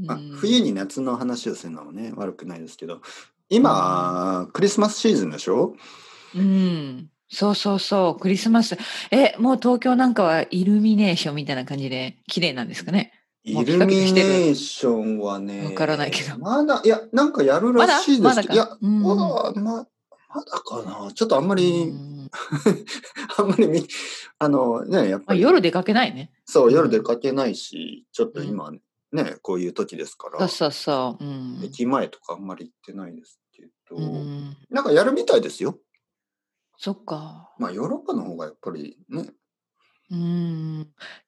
まあ、冬に夏の話をするのもね、悪くないですけど、今、クリスマスシーズンでしょうん。そうそうそう、クリスマス。え、もう東京なんかはイルミネーションみたいな感じで綺麗なんですかね。もイう比ル較ミしネてるーションはね、わからないけどまだ、いや、なんかやるらしいでますだけまだかど、ういや、んまだ、ままだかな。ちょっとあんまうり、んあんまりみ、あの、ね、やっまぱあ、り、夜出かけないね。そう、うん夜出かけないし、ちょっと今ね、こういう時ですかそらう、そうそう。うん。駅前とかあんまり行ってないですけど、うん、なんかやるみたいですよ。そっか。まあ、ヨーロッパの方がやっぱりね、うん。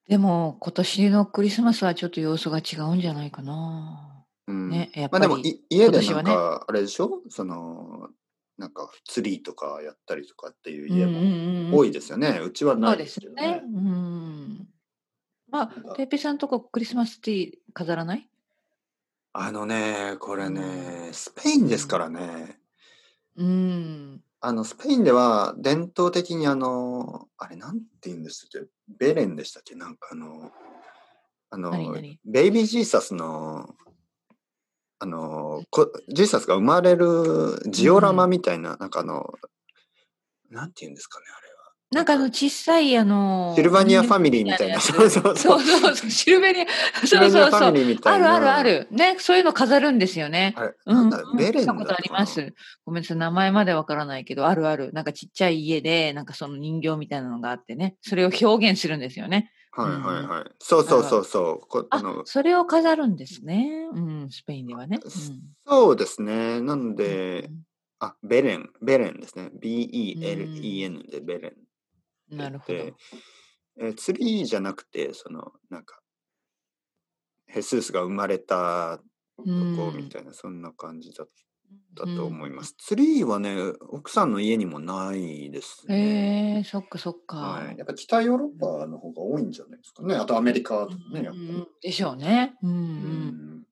でも今年のクリスマスはちょっと様子が違うんじゃないかな。うんねやっまぱりあでもい家で今なん年かあれでしょ、そのなんかツリーとかやったりとかっていううん家うんもうんうん多いですよね、うちはなそういでですすけどねね。。うん。まなんあ、かてっぺいさんとこクリスマスツリー飾らないあのねこれねスペインですからねうん。あのスペインでは伝統的にあのあれなんて言うんでしたっけベレンでしたっけなんかあのあの何々ベイビージーサスのあのこジーサスが生まれるジオラマみたいな、なんかあのなんて言うんですかねあれなんかあの小さいあのシルバニアファミリーみたいな。そうそそうそうう。そうそう、シルベニア。シそルうバニそうアフそァう。ミリーみたあいるな。あるあ。る。ね、そういうの飾るんですよね。あれ、う。なんんだろう、ベレン見だたことありかなます。ごめんなさい、名前までわからないけど、あるある。なんかちっちゃい家で、なんかその人形みたいなのがあってね、それを表現するんですよね。はいはいはい。そうそうそうそう。こああの、それを飾るんですね。うん、スペインではね。そうですね。なのうん、で、あ、ベレン、ベレンですね。B-E-L-E-N でベレン。うんなるほど。で。、えーツリーじゃなくて、その、なんか、ヘスースが生まれたとこみたいな、そんな感じだったと思いますす。ツリーはね、奥さんの家にもないですうんね。へえ、そっかそっか。はい、やっぱ北ヨーロッパの方が多いんじゃないですかね。あとアメリカとかね、やっぱうんでしょうね。うんううん。ん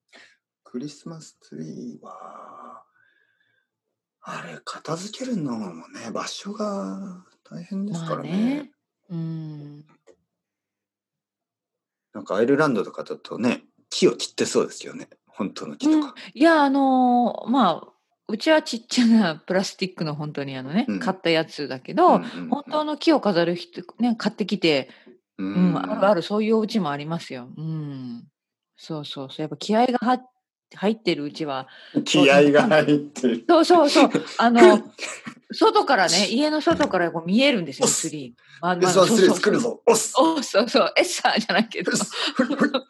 クリスマスツリーは、あれ、片付けるのもね、場所が大変ですまかあらね。ね。うん。なんかアイルランドとかだとね、木を切ってそうですよね。本当の木とか。いや、あのーまあ、うちはちっちゃなプラスチックの本当にあのね、うん買ったやつだけど、うんうんうん本当の木を飾る人、ね、買ってきて、うんうん、あるある、そういうお家もありますよ。うん。そうそうそう。やっぱ気合がは入ってるうちは、気合が入ってる。そうそう そう。あの、外からね、家の外からこう見えるんですよ、ツリー。まあで、まあそ、そううツリそーう作るぞ。おっすおそうそう、エッサーじゃないけどおっ、すふるふ る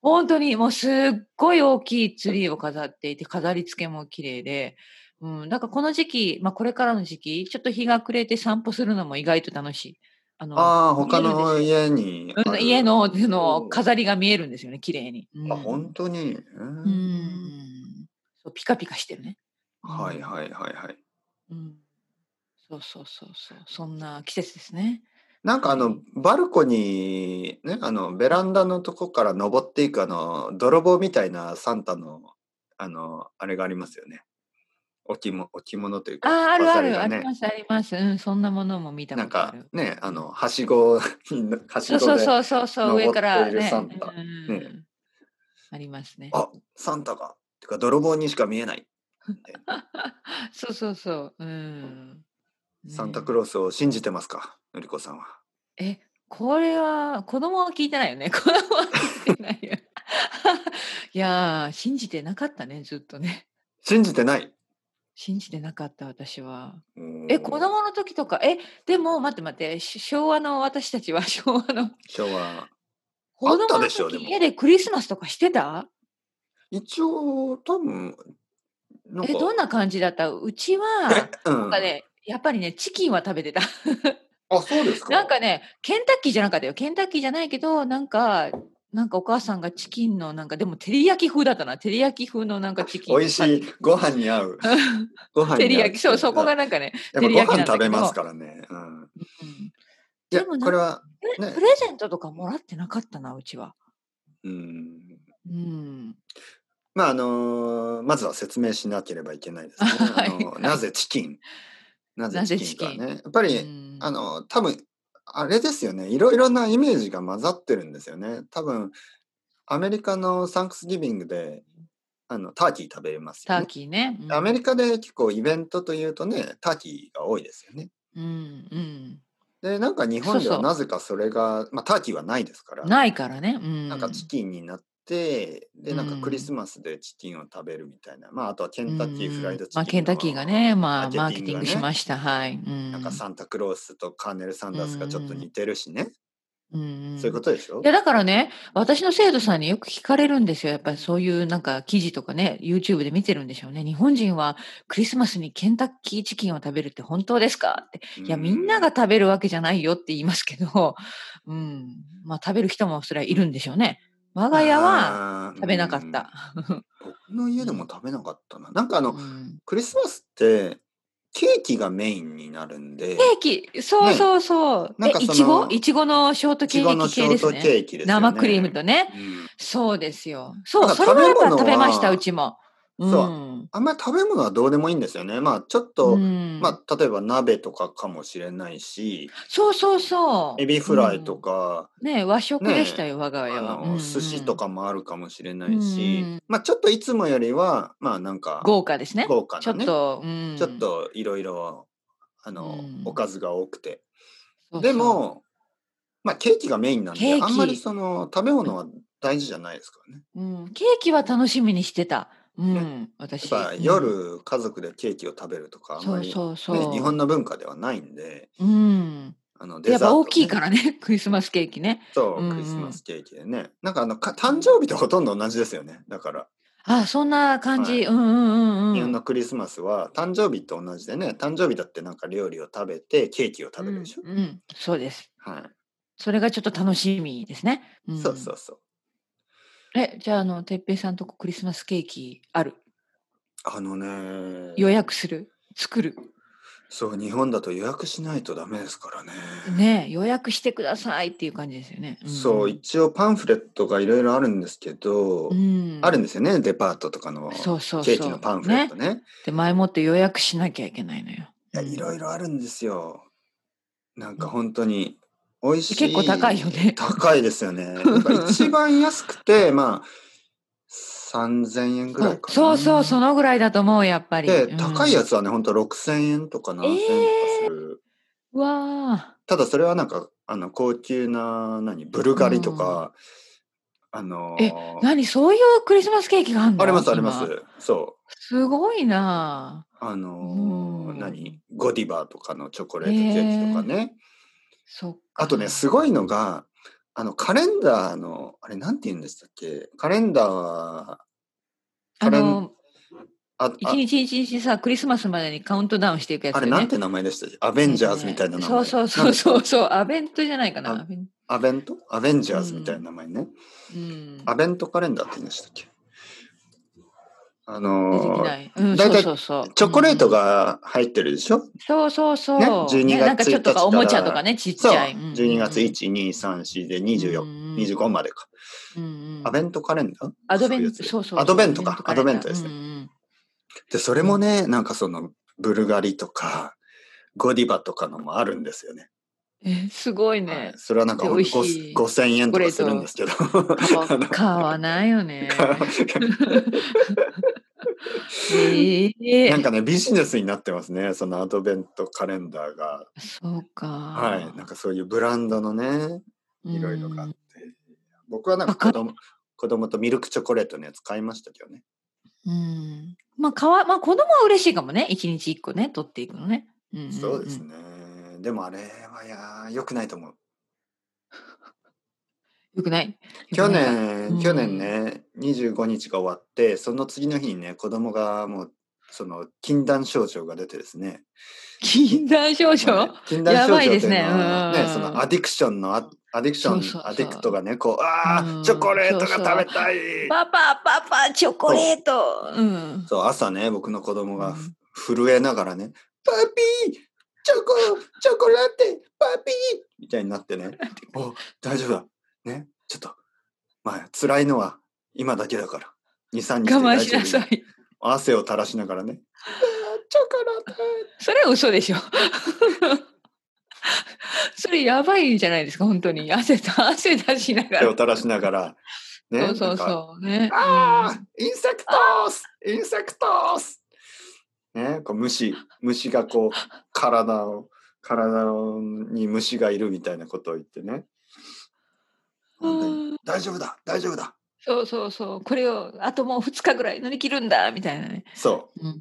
本当にもうすっごい大きいツリーを飾っていて、飾り付けも綺麗で、うん、なんかこの時期、まあこれからの時期、ちょっと日が暮れて散歩するのも意外と楽しい。あの、ああ、他見えるんですの家にあうんる。家のそのおー飾りが見えるんですよね、綺麗に。うんあ、本当に。う。うんんそうピカピカしてるね。はいはいはいはい。うん。そうそうそうそう。そんな季節ですね。なんかあはのいバルコニーねあのベランダのとこから登っていくあの泥棒みたいなサンタのあのあれがありますよね。置物置物というかああ、あるある、飾ありがりねますあります。うん、そんなものも見たなこんとあかる。ねあのはしご にはしそうそうごでそうそうそう、上から登っているね。サンタうんねありますね。あサンタがてか泥棒にしか見えないそうそうそう。うん。サンタねクロースを信じてますかのりこさんは。え、これは子供は聞いてないよね。子 供は聞いてないよ。 いやー、信じてなかったね、ずっとね。信じてない。信じてなかった私は。ええ、子供の時とか、え、でも待って待って、し昭和の私たちは 昭和の昭和子供たのでしょで時も家でクリスマスとかしてた一応多分なんえ、どんな感じだったうちは、うなんんかね、やっぱりね、チキンは食べてた。あそうですかなんかね、ケンタッキーじゃなかったよ。ケンタッキーじゃないけど、なんか、なんかお母さんがチキンの、なんか、でも、照り焼き風だったな。照り焼き風のなんかチキン。美味しいご飯に合うご飯に合う照り焼き、そう、そこがなんかね。やっぱ照り焼きごな飯んだ食けどべますからね、うん、うんいやでもなんかこれはプレねプレゼントとかもらってなかったな、うちは。うんうん。まああのーまずは説明しなければいけないです ね、はいあのーなぜチキンなぜチキンかねなやっぱり、うんあのー多分あれですよねいろいろなイメージが混ざってるんですよね多分アメリカのサンクスギビングで、あの、ターキー食べれますタよ、ーね。キーね。うんアメリカで結構イベントというとね、ターキーが多いですよね。うんうん。で、なんか日本でそうそはうなぜかそれが、まあターキーはないですから、ないからね。うん。なんかチキンになって、で、なんかクリスマスでチキンを食べるみたいな。まあ、あとはケンタッキーフライドチキンまの、あ、ケンタッキーがね、まあ、ママーーケケテティィンングがねグしました。はい。うん。なんかサンタクロースとカーネル・サンダースがちょっと似てるしね。うん、そういうことでしょいやだからね、私の生徒さんによく聞かれるんですよ。やっぱりそういうなんか記事とかね、YouTube で見てるんでしょうね。日本人はクリスマスにケンタッキーチキンを食べるって本当ですかって。いや、みんなが食べるわけじゃないよって言いますけど、うん。まあ食べる人もそれはいるんでしょうね。我が家はは食べなかった。僕の家でも食べなかったな。なんかあの、うんクリスマスってケーキがメインになるんで、ケーキ、そうそうそう。なんかえいそのちごいちごのショートいケちごのーキシ系ョでーすトね。ケーキですよね。生クリームとね。うんそうですよ。そう、ただそれはやっぱ食食べべ物はました、うちも。うん、そうあんまり食べ物はどうでもいいんですよね。まあちょっと、うんまあ例えば鍋とかかもしれないし、そうそうそう。エビフライとうん。か、ね和食でしたよ、我が家あは。の寿司とうんかもあるかもしれないし、うんまあちょっといつもよりはまあなんか豪華ですね。豪華なねちょっと、うんちょっといろいろあの、うんおかずが多くて。そうそうでも、まあケーキがメインなんケーで、キあんまりその食べ物は大事じゃないですからね。うん、ケーキは楽しみにしてた。うん、やっ私。ぱうん夜家族でケーキを食べるとか、あんそまうり、ねそうそう。日本の文化ではないんで、うん。あのデザやっートね、ぱ大きいからね、 クリスマスケーキね。そううんう、んクリスマスケーキでね。なんかあのか、誕生日とほとんど同じですよね。だから、あ、そんな感はじ。いうんうんうんうん。日本のクリスマスは誕生日と同じでね、誕生日だってなんか料理を食べて、ケーキを食べるでしょ。うんうん、そうです。はい、それがちょっと楽しみですね。んそうそうそう。え、じゃあ、あの、てっぺいさんとこクリスマスケーキある。あのね、予約する。作る。そう、日本だと予約しないとダメですからね。ねえ予約してくださいっていう感じですよね。んそう、一応パンフレットがいろいろあるんですけど、うん、あるんですよね、デパートとかのそうそうそう。ケーキのパンフレットね。ね。で、前もって予約しなきゃいけないのよ。いや、うんいろいろあるんですよ。なんか本当に、美味しい。結構高いよね高いです よね。なんか一番安くて、まあ、3000円ぐらいかな。そうそう、そのぐらいだと思う、やっぱり。で、うん高いやつはね、本当6000円とか7000円とかする。うわただそれはなんかあの高級な何ブルガリとか、あのーえー何そういうクリスマスケーキがあるのありますありま。今すそうすごいなああのうーん何ゴディバとかのチョコレートケーキとかね、そっかあとねすごいのがあのカレンダーのあれなんて言うんでしたっけカレンダーはあカレンの、ああ一日一日さ、クリスマスまでにカウントダウンしていくやつあよ、れね。なんて名前でしたっけアベンジャーズみたいな名前、そうそうそうなんそだっうそう、アベントじゃないかあな。アベンけアベントアベンジャーズみたいな名前ね、うん。アベントカレンダーって言うんでしたっけあ出てのきーない。うん、大そう体そうそう。チョコレートうん、が入ってるでしょ、そうそうそう。ね12なんかちょっと月1日からおもちゃとかね、ちっちそうゃい。うん12月、1、2、3、4で24、25までか。うんうんアベントカレンダーアドベンそういうやつト、そうそうそう。アドベントか。アドベントですうね。んうんで、それもね、なんかその、ブルガリとか、ゴディバとかのもあるんですよね。え、すごいはいね。それはなんかでほんと美味しいご5000円とかするんですけど。あ の買わないよ ね。ええなんかね、ビジネスになってますね、そのアドベントカレンダーが。そうか。はい、なんかそういうブランドのね、いろいろがあって、僕はなんかわか子供子供とミルクチョコレートのやつ買いましたけどね。うんまあ、かわ、まあ、子供は嬉しいかもね。一日一個ね、取っていくのね。うんんんそうです。ね。でもあれはいや良くないと思う。よくない。去よ年、うん去年ね、25日が終わって、その次の日にね、子供がもう、その禁断症状が出てですね。禁断症もう状ね禁断症状っていうのやは、ばいですねうねんそのアディクションのア、アディクショそうン、そうそうアディクトがね、こう、あうあ、んチョコレートがそう食そうべたい。パパ、パパ、チョコレート。うん。そう、朝ね、僕の子供がうん震えながらね、パピーチョコチョコラテパピーみたいになって ね、お大丈夫だ。ね、ちょっと、まあ、辛いのは今だけだから、2、3日で我慢大し丈な夫さだ。い。汗を垂らしながらね、あーチョコラテそれは嘘でしょ。 それやばいんじゃないですか、本当に。汗た、汗出しなが手をら。垂らしながら、ね、そうそうなんかそうね。ああ、インセクトースインセクトースね、こう虫、虫がこう、体を、体に虫がいるみたいなことを言ってね。う本当にんうん大丈夫だ、大丈夫だ。そうそうそう。これをあともう2日ぐらい乗り切るんだみたいなね。そうんう。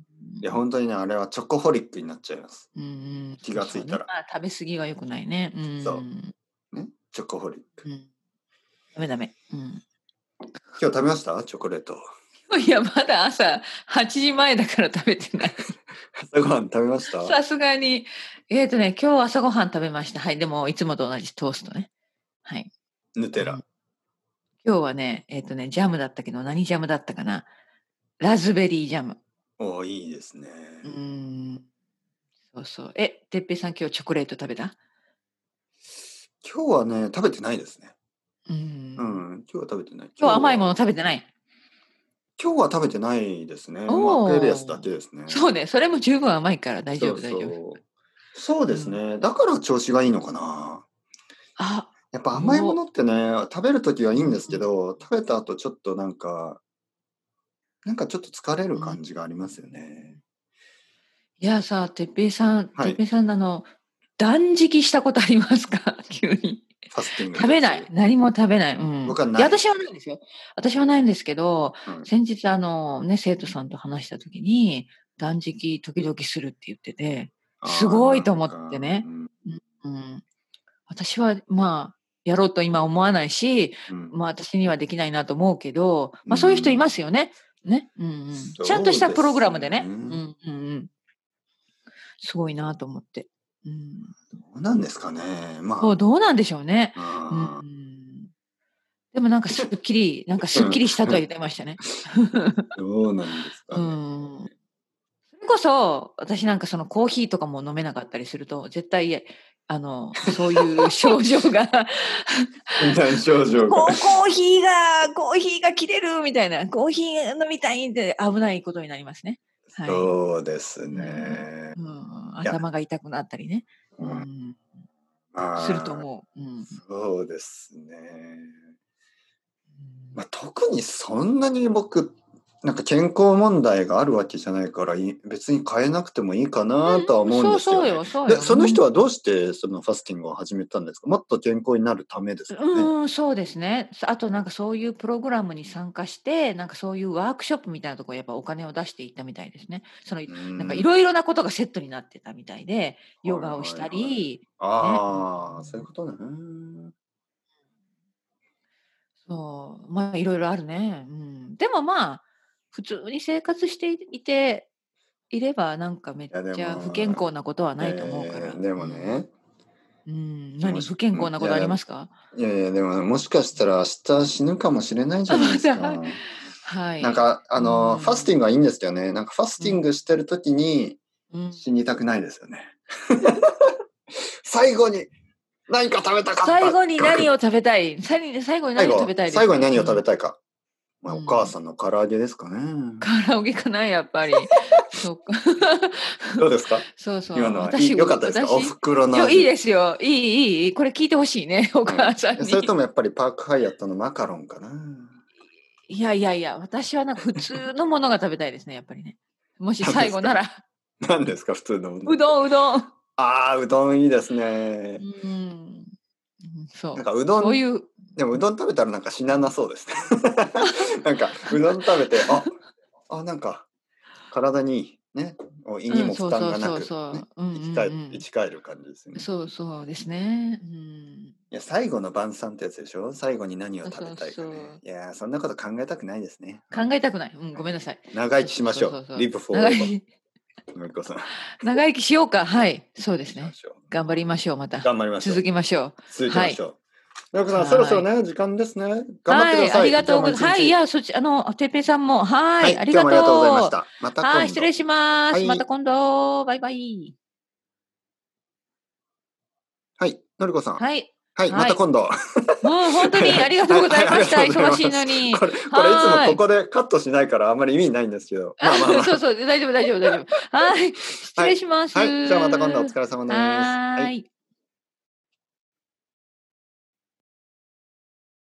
いや、本当にね、あれはチョコホリックになっちゃいます。うんうん気がついそたらうねまあ、食べ過ぎは良くないね。うん、そううんね、チョコホリック。ダメダメ。うん今日食べましたチョコレート。いや、まだ朝8時前だから食べてない。朝ごはん食べましたさすがに。えっ、とね、今日朝ごはん食べました。はい、でもいつもと同じトーストね。はい。ヌテうんラ。今日はね、えっ、とね、ジャムだったけど、何ジャムだったかな。ラズベリージャム。おーいいですね。うーん。そうそう。え、てっぺいさん、今日チョコレート食べた今日はね、食べてないですね。うーん。う今ん、今日は食べてない。日は甘いもの食べてない。今日は食べてないですね。おーマクエリアスだけですね。そうね、それも十分甘いから大丈夫、そ大うそう丈夫。そうですね、だから調子がいいのかな。あ、やっぱ甘いものってね、食べるときはいいんですけど、食べた後ちょっとなんか、なんかちょっと疲れる感じがありますよね。いやさ、てっぺいさん、はいてっぺいさん、あの、断食したことありますか 急に。ファスティング。食べない。。何も食べない。うん。僕はないや私はないんですよ。私はないんですけど、うん先日、あの、ね、生徒さんと話したときに、断食時々するって言ってて、すごいと思ってねあー。なんかうん。私は、まあ、やろうと今思わないし、うんまあ私にはできないなと思うけど、まうんあそういう人いますよね。ね。うんうん。ちゃんとしたプログラムでね。そううですんねうんうん。すごいなと思って。うん。どうなんですかね。まそう、どうなんでしょうね。あ、ううんん。でもなんかすっきり、なんかすっきりしたとは言ってましたね。どうなんですかうね。ん。それこそ、私なんかそのコーヒーとかも飲めなかったりすると、絶対、あの、そういう症 状が診断症こ状うがコ。ーヒーが、コーヒーが切れるみたいな、コーヒー飲みたいって危ないことになりますね。はい。そうですね。うん、いや頭が痛くなったりね。ううんん、まあすると思う。うん。そうですね。まあ、特にそんなに僕、なんか健康問題があるわけじゃないから、い別に変えなくてもいいかなとは思うんですそうそよ、ねうよ、そうよ。で、その人はどうしてそのファスティングを始めたんですかもっと健康になるためですかね。うん、うん、そうですね。あとなんかそういうプログラムに参加して、なんかそういうワークショップみたいなところやっぱお金を出していったみたいですね。そのうんなんかいろいろなことがセットになってたみたいで、ヨガをしたり、はいはいああ、そういうことね。そう、まあいろいろあるね。うん、でもまあ普通に生活していていればなんかめっいやでもちゃ不健康なことはないと思うから。えーでもね、うん、も何し不健康なことありますか？いやいや、でももしかしたら明日死ぬかもしれないじゃないで すあまかだ。はい。なん、か、あの、うんファスティングはいいんですけどね、なんかファスティングしてるときにうん、死にたくないですよね。最後に何か食べたかった最後に何をを食べたい？最後に最後に最何を後食べたいですか最後に何を食べたいか。まあ、うおん母さんの唐揚げですかね。カラオケかなやっぱり。 そうか。どうですかそうそう。今のは私いいよかったですかお私袋のいや味。いいですよ。いいいいいい。これ聞いてほしいね、お母さんに。それともやっぱりパークハイアットのマカロンかな。いやいやいや、私はなんか普通のものが食べたいですね、やっぱりね。もし最後なら、何ですか普通のもの。うどん、うどん。ああ、うどんいいですね。うん、そうなん。かうどんそういう、でもうどん食べたらなんか死ななそ うですね。なんかうどん食べてああなんか体にいいねお胃にうもん、そ負う担そがうなそうくそう、ねうん生きうん返うん生き返る感じですよね。そうそうですね。うん、いや最後の晩餐ってやつでしょ最後に何を食べたいかそうそねう。いやーそんなこと考えたくないですね。考えたくない。うん、ごめんなさい。長生きしましょそうそううそ。うリブフォー長エバ生き、ー。のりこさん。長生きしようか。 はい、そうですしまね。しょう頑張りましょう、また。頑張りましょう。続きましょう。続きましょう。のりこさはんいそろそろね時間ですね。頑張ってください。はい、ありがとうございます。今は日も一日い、いや、そっち、あの、てっぺいさんも、はい、はいあり今が日ともう。ありがとうございました。また今度。はい、失礼します。はいまた今度、バイバイ。はい、のりこさん。 はい。はい、はいまた今度。もう本当にありがとうございました。はいありが忙とうござしいいますのに。これ、これいつはもーいここでカットしないからあんまり意味ないんですけど。まあ まあまあ。そうそう、大丈夫、大丈夫、大丈夫。はい。失礼します。はい、じゃあまた今度お疲れ様です。はーい。